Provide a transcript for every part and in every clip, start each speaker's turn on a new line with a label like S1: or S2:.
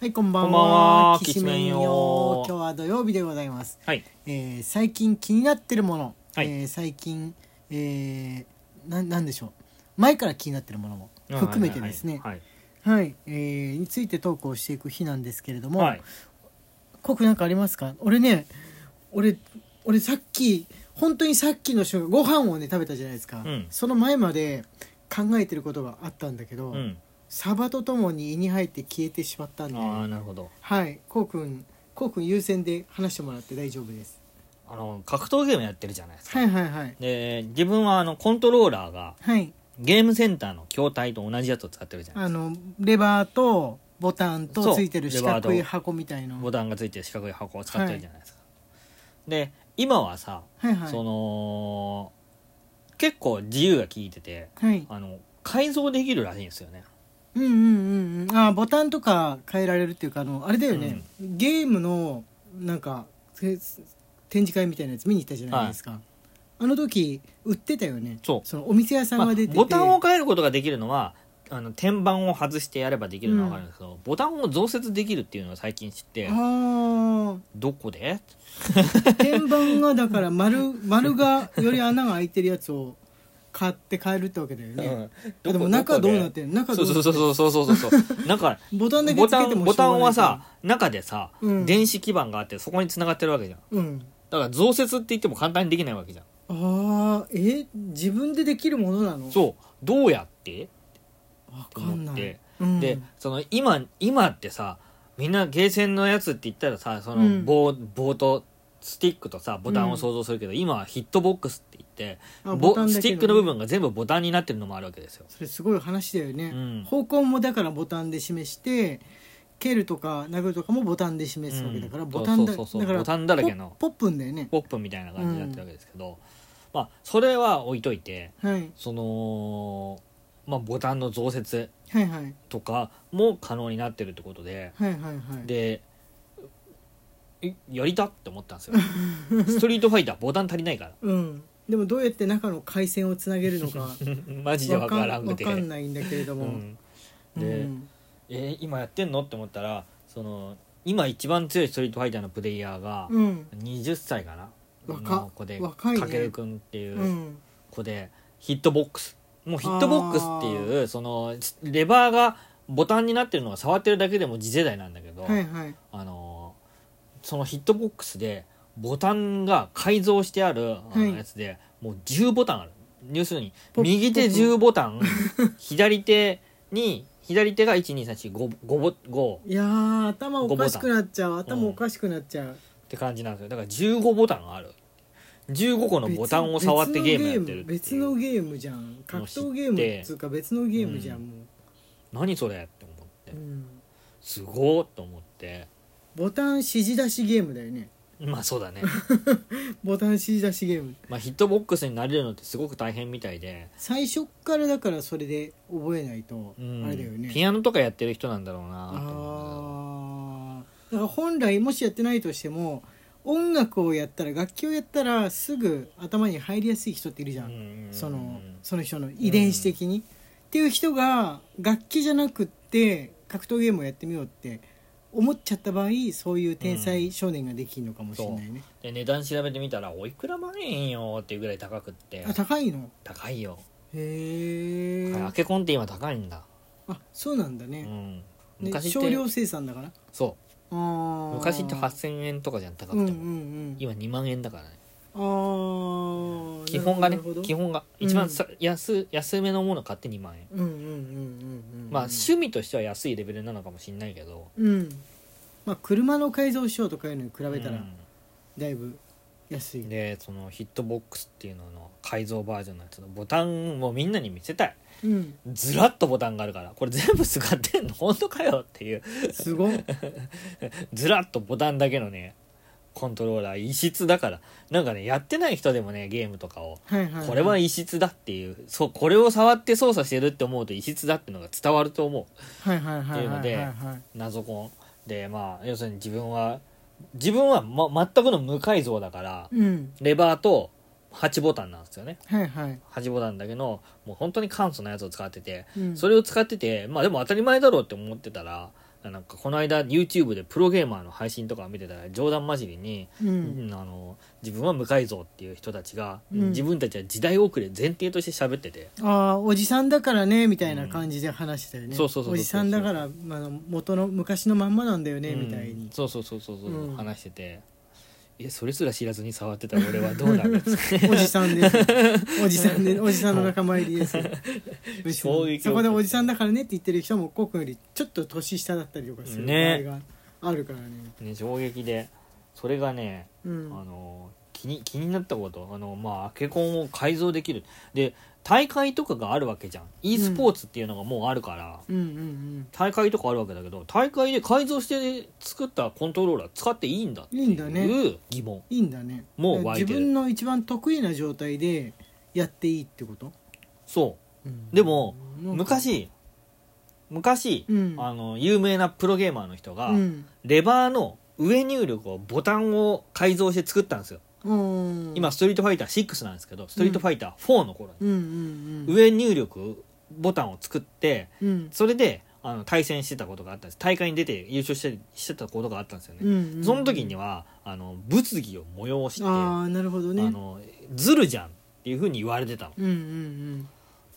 S1: はい、こんば
S2: こ
S1: んは。
S2: んばんは
S1: き
S2: き
S1: しめん
S2: しめん
S1: よ
S2: よ。
S1: 今日は土曜日でございます。
S2: はい。
S1: えー最近気になってるもの。
S2: はい
S1: えー最近、えー、な、なんでしょう。前から気になってるものも含めてですね。
S2: はい。
S1: はい、えーについてトークをしていく日なんですけれども。
S2: はい。
S1: コクなんかありますか俺ね、俺、俺さっき、本当にさっきの瞬間、ご飯をね、食べたじゃないですか。
S2: うん
S1: その前まで考えてることがあったんだけど、
S2: うん。
S1: サバとともに胃に入って消えてしまったんで。
S2: ああ、なるほど。
S1: はい、こうくん、こうくん優先で話してもらって大丈夫です。
S2: あの、格闘ゲームやってるじゃないですか。
S1: はいはいはい。
S2: で、自分はあの、コントローラーが、
S1: はい、
S2: ゲームセンターの筐体と同じやつを使ってるじゃない
S1: あ
S2: です
S1: の、レバーとボタン
S2: そ
S1: と
S2: う
S1: ついてる四角い箱みたい
S2: か。
S1: の。
S2: ボタンがついてる四角い箱を使ってるじゃないですか。で、今はさ、
S1: はいはい。
S2: その、結構自由が効いてて、
S1: はい。
S2: あの、改造できるらしいんですよね。
S1: うんうんうんうん。あー、ボタンとか変えられるっていうか、あの、あれだよね。ゲームの、なんか、せ展示会みたいなやつ見に行ったじゃないですか。あの時、売ってたよね。
S2: そう
S1: のお店屋さん
S2: ま
S1: が
S2: あ
S1: 出てて。
S2: ボタンを変えることができるのはあの天板を外してやればできるのは分かるんですけど、ボタンを増設できるっていうのを最近知って
S1: あ
S2: どこで
S1: あ、天板がだから丸、丸がより穴が開いてるやつを買って買えるってわけだよね。
S2: どこ
S1: でも中どうなって
S2: る
S1: るの中ど
S2: そう
S1: うなって
S2: そ
S1: る
S2: うそうそうそうそうそうなんか
S1: ボタンだけ
S2: ボ
S1: つけ
S2: タ
S1: て
S2: ン
S1: も
S2: ボタンは
S1: しょうがない
S2: さ中でさ、
S1: うん
S2: 電子基板があってそこに繋がってるわけじゃん
S1: けどうん
S2: だから増設って言っても簡単にできないわけじゃん
S1: ああえ自分でできるものなの
S2: そうどうやって、
S1: わかん
S2: と思
S1: な
S2: っ
S1: い
S2: て、
S1: うん、
S2: でその今今ってさみんなゲーセンのやつって言ったらさそ
S1: うん
S2: の棒,、棒とスティックとさボタンを想像するけど、今はヒットボックスって言って
S1: あ
S2: ボ
S1: ボタンだけど
S2: ス
S1: ね
S2: ティックの部分が全部ボタンになってるのもあるわけですよ。
S1: それすごい話だよね、
S2: うん
S1: 方向もだからボタンで示して蹴るとか殴るとかもボタンで示すわけだから、
S2: うん
S1: ボタンだ
S2: そうそうそう
S1: だから
S2: ボタンだらけの
S1: ポポップンだよね
S2: ポップみたいな感じになってるわけですけど、まあそれは置いといて
S1: はい
S2: その、まあ、ボタンの増設
S1: はいはい
S2: とかも可能になってるってことで
S1: はいはいはい
S2: でえやりたって思ったんです よ。ストリートファイターボタン足りないから
S1: うんでもどうやって中の回線をつなげるのか
S2: マジでわからんくて。
S1: わかんないんだけれども、
S2: うんで、
S1: うん
S2: えー今やってんのって思ったらその今一番強いストリートファイターのプレイヤーが
S1: うん
S2: 20歳かな、
S1: 若
S2: の子で
S1: 若いね
S2: かけるくんっていううん子で、ヒットボックスもうヒットボックスっていうそのレバーがボタンになってるのが触ってるだけでも次世代なんだけど、
S1: はいはい
S2: あのーそのヒットボックスでボタンが改造してあるあの
S1: はい
S2: やつで、もう10ボタンある要するに
S1: ポッ
S2: 右手
S1: ポッ
S2: 10ボ タン左手に左手が12345ボ5
S1: いやー頭おかしくなっちゃう
S2: タン
S1: 頭おかしくなっちゃう、
S2: って感じなんですよだから15ボタンがある15個のボタンを触ってゲームやってるって
S1: 別
S2: い
S1: の
S2: う
S1: ゲームじゃん格闘ゲームっつうか別のゲームじゃん、
S2: うん
S1: も
S2: 何それって思
S1: う、う
S2: って
S1: ん、
S2: すごーっと思って
S1: ボタン指示出しゲームだよね
S2: まあそうだ ね
S1: ボタン指示出しゲーム
S2: まあヒットボックスになれるのってすごく大変みたいで、
S1: 最初っからだからそれで覚えないと
S2: うん
S1: あれだよね、
S2: ピアノとかやってる人なんだろうなと思う
S1: あーだから本来もしやってないとしても音楽をやったら楽器をやったらすぐ頭に入りやすい人っているじゃ
S2: け
S1: ん、
S2: どうん
S1: そのその人の遺伝子的に、っていう人が楽器じゃなくって格闘ゲームをやってみようって思っちゃった場合そういう天才少年ができるのかもしれないね、
S2: で値段調べてみたらおいくら万円よっていうぐらい高くって
S1: あ高いの
S2: 高いよ
S1: へえ、
S2: アケコンって今高いんだ、
S1: あそうなんだ
S2: う
S1: ね,、
S2: ん、
S1: ね
S2: 昔っ
S1: 少量
S2: て
S1: 生産だから
S2: そ
S1: あ
S2: う
S1: ー
S2: 昔って8000円とかじゃん高
S1: うん
S2: く
S1: うん
S2: て
S1: う
S2: も、今
S1: ん
S2: 2万円だからね
S1: あー
S2: 基本がね
S1: なるほど
S2: 基本が
S1: うん
S2: 一番さ、安安めのもの買って2万円、
S1: うんうんうんうんうん
S2: まあ趣味としては安いレベルなのかもしれないけど
S1: うんまあ車の改造しようとかいうのに比べた
S2: う
S1: ら
S2: ん
S1: だいぶ安い
S2: で
S1: ね、
S2: そのヒットボックスっていうのの改造バージョンのやつのボタンをみんなに見せたい
S1: うん、
S2: ずらっとボタンがあるからこれ全部使ってんの本当かよっていう
S1: すごっ
S2: ずらっとボタンだけのねコントローラー異質だからなんかねやってない人でもねゲームとかを
S1: はいはい、はい、
S2: これは
S1: はい
S2: 異質だっていうそうこれを触って操作してるって思うと異質だってのが伝わると思
S1: はいはいはい
S2: っていうので
S1: はいはい、
S2: う謎コンでまあ要するに自分は自分は、ま、全くの無改造だから
S1: うん
S2: レバーと8ボタンなんですよね
S1: はいはい
S2: 8ボタンだけどもう本当に簡素なやつを使ってて
S1: うん、
S2: そ
S1: れ
S2: れを使っててまあでも当たり前だろうって思ってたらなんかこの間 YouTube でプロゲーマーの配信とか見てたら冗談交じりに、
S1: うん
S2: あの自分は無改造っていう人たちが、
S1: うん
S2: 自分たちは時代遅れ前提として喋ってて、
S1: ああおじさんだからねみたいな感じで話してたよね
S2: そうそうそうそう
S1: おじさんだから、まあ、元の昔のまんまなんだよね、
S2: うん
S1: みたいに
S2: そうそうそうそうそう、
S1: うん
S2: 話しててえそれすら知らずに触ってた俺はどうなん ですか
S1: おじさんです おじさんでおじさんの仲間入りですむしろ
S2: 衝撃を受けた
S1: そこでおじさんだからねって言ってる人もコウ君よりちょっと年下だったりとかする場
S2: ね
S1: 合があるからね
S2: ね衝撃でそれがね
S1: うん
S2: あの気に気になったことあの、まあ、アケコンを改造できるで大会とかがあるわけじゃん e スポーツっていうのがもうあるから、
S1: うんうん
S2: 大会とかあるわけだけど大会で改造して作ったコントローラー使っていいんだって
S1: いいんだね
S2: いう疑問
S1: いいんだね
S2: もう湧いてる
S1: 自分の一番得意な状態でやっていいってこと、
S2: そ
S1: うん
S2: うでも
S1: なんか
S2: 昔昔、
S1: うん
S2: あの有名なプロゲーマーの人が、
S1: うん
S2: レバーの上入力をボタンを改造して作ったんですよ
S1: うん
S2: 今ストリートファイター6なんですけどストリートファイター4の頃に、
S1: うんうんうん
S2: 上入力ボタンを作って
S1: うん
S2: それであの対戦してたことがあったんです大会に出て優勝してしてたことがあったんですよね、
S1: うんうん
S2: その時にはあの物議を催してあ、
S1: ああなるほどね
S2: のずるじゃんっていうふうに言われてたの
S1: うんうん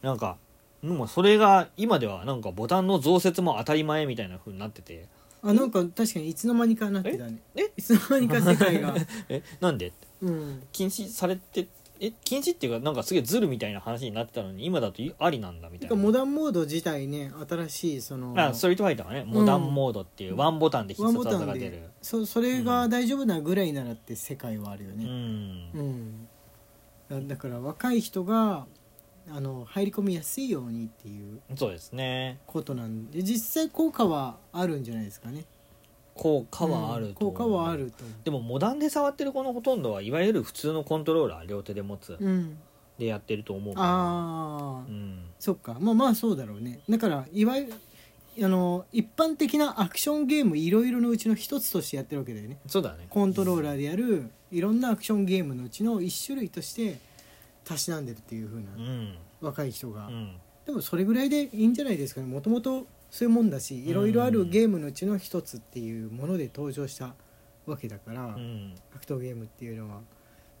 S2: なんかもうそれが今ではなんかボタンの増設も当たり前みたいなふうになってて
S1: うんあなんか確かにいつの間にかなってたね
S2: ええ
S1: いつの間にか世 界が
S2: えなんで
S1: うん
S2: 禁止されてえ禁止っていうかなんかすげえずるみたいな話になってたのに今だとありなんだみた
S1: て
S2: い
S1: か
S2: な
S1: モダンモード自体ね新しいその
S2: あストリートファイターはねモダンモードっていうワンボタンで必
S1: ワン
S2: 殺
S1: ボタ
S2: 技が
S1: ン
S2: 出
S1: で
S2: る
S1: そそれが大丈夫なぐらいならって世界はあるよ
S2: う
S1: ね
S2: ん
S1: うん、だだから若い人があの入り込みやすいようにっていう
S2: そうですね
S1: ことなんで実際効果はあるんじゃないですかね
S2: 効果はある
S1: うん
S2: と
S1: 効
S2: 思う
S1: 果はあると思
S2: でもモダンで触ってる子のほとんどはいわゆる普通のコントローラー両手で持つ
S1: う、うん、
S2: でやってると思うから
S1: ああ、
S2: うん
S1: そっかまあまあそうだろうねだからいわゆるあの一般的なアクションゲームいろいろのうちの一つとしてやってるわけだよね
S2: そうだね
S1: コントローラーでやるいろんなアクションゲームのうちの一種類としてたしなんでるっていう風な
S2: うん
S1: 若い人が、
S2: うん
S1: でもそれぐらいでいいんじゃないですかねもともとそういうもんだしいろいろあるゲームのうちの一つっていうもので登場したわけだから、
S2: うん
S1: 格闘ゲームっていうのは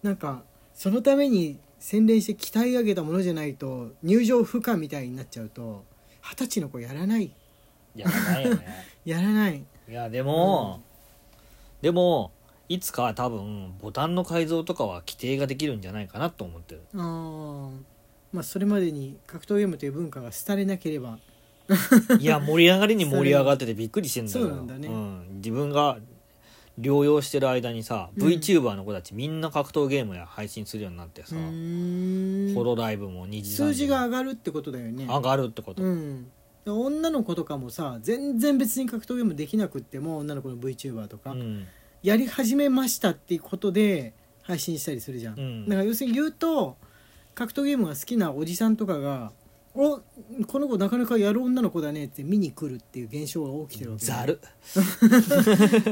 S1: なんかそのために洗練して鍛え上げたものじゃないと入場不可みたいになっちゃうと二十歳の子やらない
S2: やらないよね
S1: やらない
S2: いやでも、でもいつか多分ボタンの改造とかは規定ができるんじゃないかなと思ってる
S1: あーまあそれまでに格闘ゲームという文化が廃れなければ
S2: いや盛り上がりに盛り上がっててびっくりしてんだけど
S1: そうなんだね
S2: ん自分が療養してる間にさ、
S1: うん
S2: VTuber の子たちみんな格闘ゲームや配信するようになってさ、
S1: うーん
S2: ホロライブも二次三
S1: 数
S2: 次
S1: 字が上がるってことだよね
S2: 上がるってこと、
S1: うん女の子とかもさ全然別に格闘ゲームできなくっても女の子の VTuber とか、
S2: うん
S1: やり始めましたっていうことで配信したりするじゃん、
S2: うん
S1: だから要するに言うと格闘ゲームが好きなおじさんとかが「おこの子なかなかやる女の子だね」って見に来るっていう現象が起きてるわけ
S2: ざる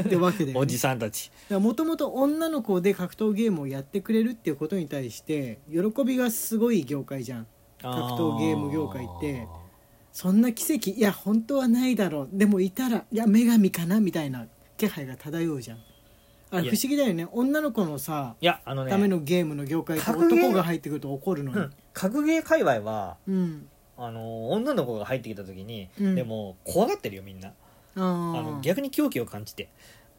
S1: ってわけで
S2: おじさんたち
S1: もともと女の子で格闘ゲームをやってくれるっていうことに対して喜びがすごい業界じゃん
S2: 格
S1: 闘ゲーム業界ってそんな奇跡いや本当はないだろうでもいたらいや女神かなみたいな気配が漂うじゃん
S2: い
S1: あれ
S2: や
S1: 不思議だよね女の子のさ
S2: いやあのね
S1: ためのゲームの業界って
S2: 格ゲー
S1: 男が入ってくると怒るの
S2: う
S1: に
S2: ん、格ゲー界隈は
S1: うん、
S2: あの女の子が入ってきた時に、
S1: うん
S2: でも怖がってるよみんな
S1: あ
S2: あ
S1: ー
S2: の逆に狂気を感じて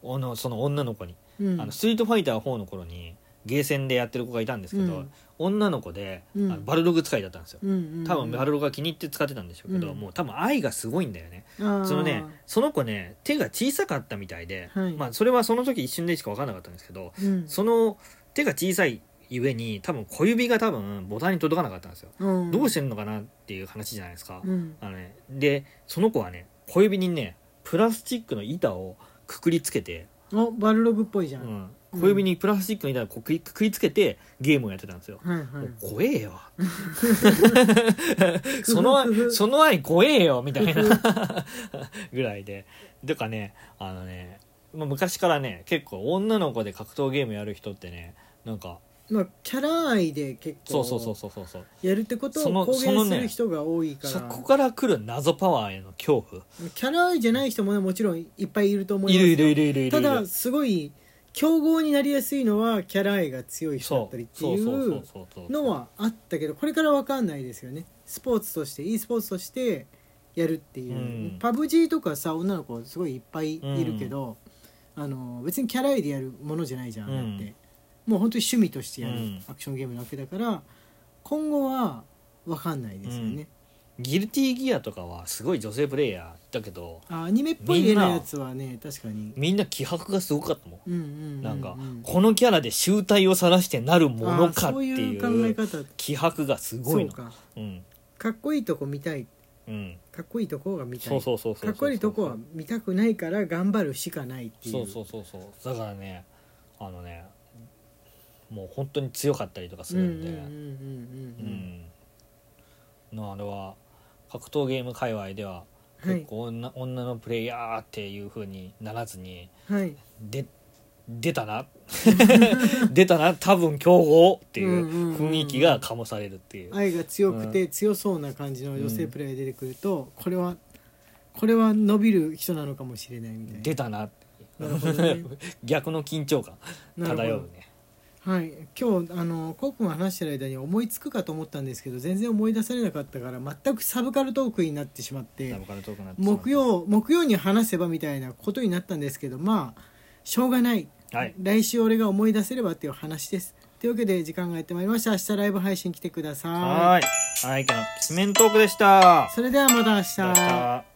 S2: あのその女の子に、
S1: うん
S2: あのストリートファイター4の頃にゲーセンでやってる子がいたんですけど、
S1: うん
S2: 女の子で、
S1: うん
S2: あのバルログ使いだったんですよ、
S1: うんうんうん
S2: 多分バルログが気に入って使ってたんでしょうけど、
S1: うん
S2: もう多分愛がすごいんだよね
S1: あー
S2: そのねその子ね手が小さかったみたいで、
S1: はい
S2: まあ、それはその時一瞬でしか分かんなかったんですけど
S1: うん
S2: その手が小さいゆえに多分小指が多分ボタンに届かなかったんですよ、
S1: うん
S2: どうしてんのかなっていう話じゃないですか、
S1: うん
S2: あのね、でその子はね小指にねプラスチックの板をくくりつけて、
S1: おバルログっぽいじゃ、
S2: うんん、小指にプラスチックの板をくくりくくりつけてゲームをやってたんですよ、
S1: はいは
S2: も
S1: いう
S2: 怖え よその愛その愛怖えよみたいな ぐらいでてかねあのね、まあ、昔からね結構女の子で格闘ゲームやる人ってねなんか
S1: まあ、キャラ愛で結
S2: そうそうそう
S1: 構
S2: そうそうそう
S1: やるってこと
S2: そ
S1: を
S2: の
S1: 公
S2: その
S1: 言す
S2: ね
S1: る人が多いか
S2: そ
S1: ら、
S2: こから来る謎パワーへの恐怖
S1: キャラ愛じゃない人もねもちろんいっぱいいると思い
S2: い
S1: ます
S2: る
S1: よ
S2: いるいるいるいる
S1: ただすごい競合になりやすいのはキャラ愛が強い人だ
S2: そ
S1: っ
S2: う
S1: たりって
S2: そう
S1: い
S2: そうそう
S1: う
S2: そうそう
S1: のはあったけどこれから分かんないですよねスポーツとして e スポーツとしてやるっていう、
S2: うん
S1: パブ G とかさ女の子すごいいっぱいいるけど、あの別にキャラ愛でやるものじゃないじゃん、
S2: うん
S1: だってもう本当に趣味としてやる
S2: うん
S1: アクションゲームなわけだから今後は分かんないですよね、
S2: ギルティギアとかはすごい女性プレイヤーだけど
S1: あアニメっぽい絵のやつはね確かに、
S2: みんな気迫がすごかったもん
S1: うんうんうんうん
S2: なんかこのキャラで集大を晒してなるものかってい
S1: あーそういう
S2: う
S1: 考え方
S2: 気迫がすごいの
S1: そうか
S2: うん
S1: かっこいいとこ見たい
S2: うん
S1: かっこいいとこが見たい
S2: そうそうそうそう
S1: かっこいいとこは見たくないから頑張るしかないっていう
S2: そうそうそうそうだからねあのねもう本当に強かったりとかするんで
S1: うんうん
S2: う
S1: うんうん
S2: んのあれは格闘ゲーム界隈では
S1: うんは
S2: 結
S1: い
S2: 構女,、女のプレイヤーっていう風にならずに
S1: はい
S2: で出た な出たな多分強豪っていう雰囲気が醸されるっていう
S1: 愛が強くて強そうな感じの女性プレイヤーが出てくるとこれはこれは伸びる人なのかもしれないみたいな
S2: 出たな
S1: なるほどね
S2: 逆の緊張感
S1: なるほど
S2: 漂うね
S1: はい今日あのコウ君が話してる間に思いつくかと思ったんですけど全然思い出されなかったから全くサブカルトークになってしまって
S2: ダブから遠くなってしまう
S1: 木曜木曜に話せばみたいなことになったんですけどまあしょうがない、
S2: はい
S1: 来週俺が思い出せればっていう話ですというわけで時間がやってまいりました明日ライブ配信来てください
S2: はーい相手のきしめんトークでした
S1: それではまた明
S2: ま
S1: 日
S2: た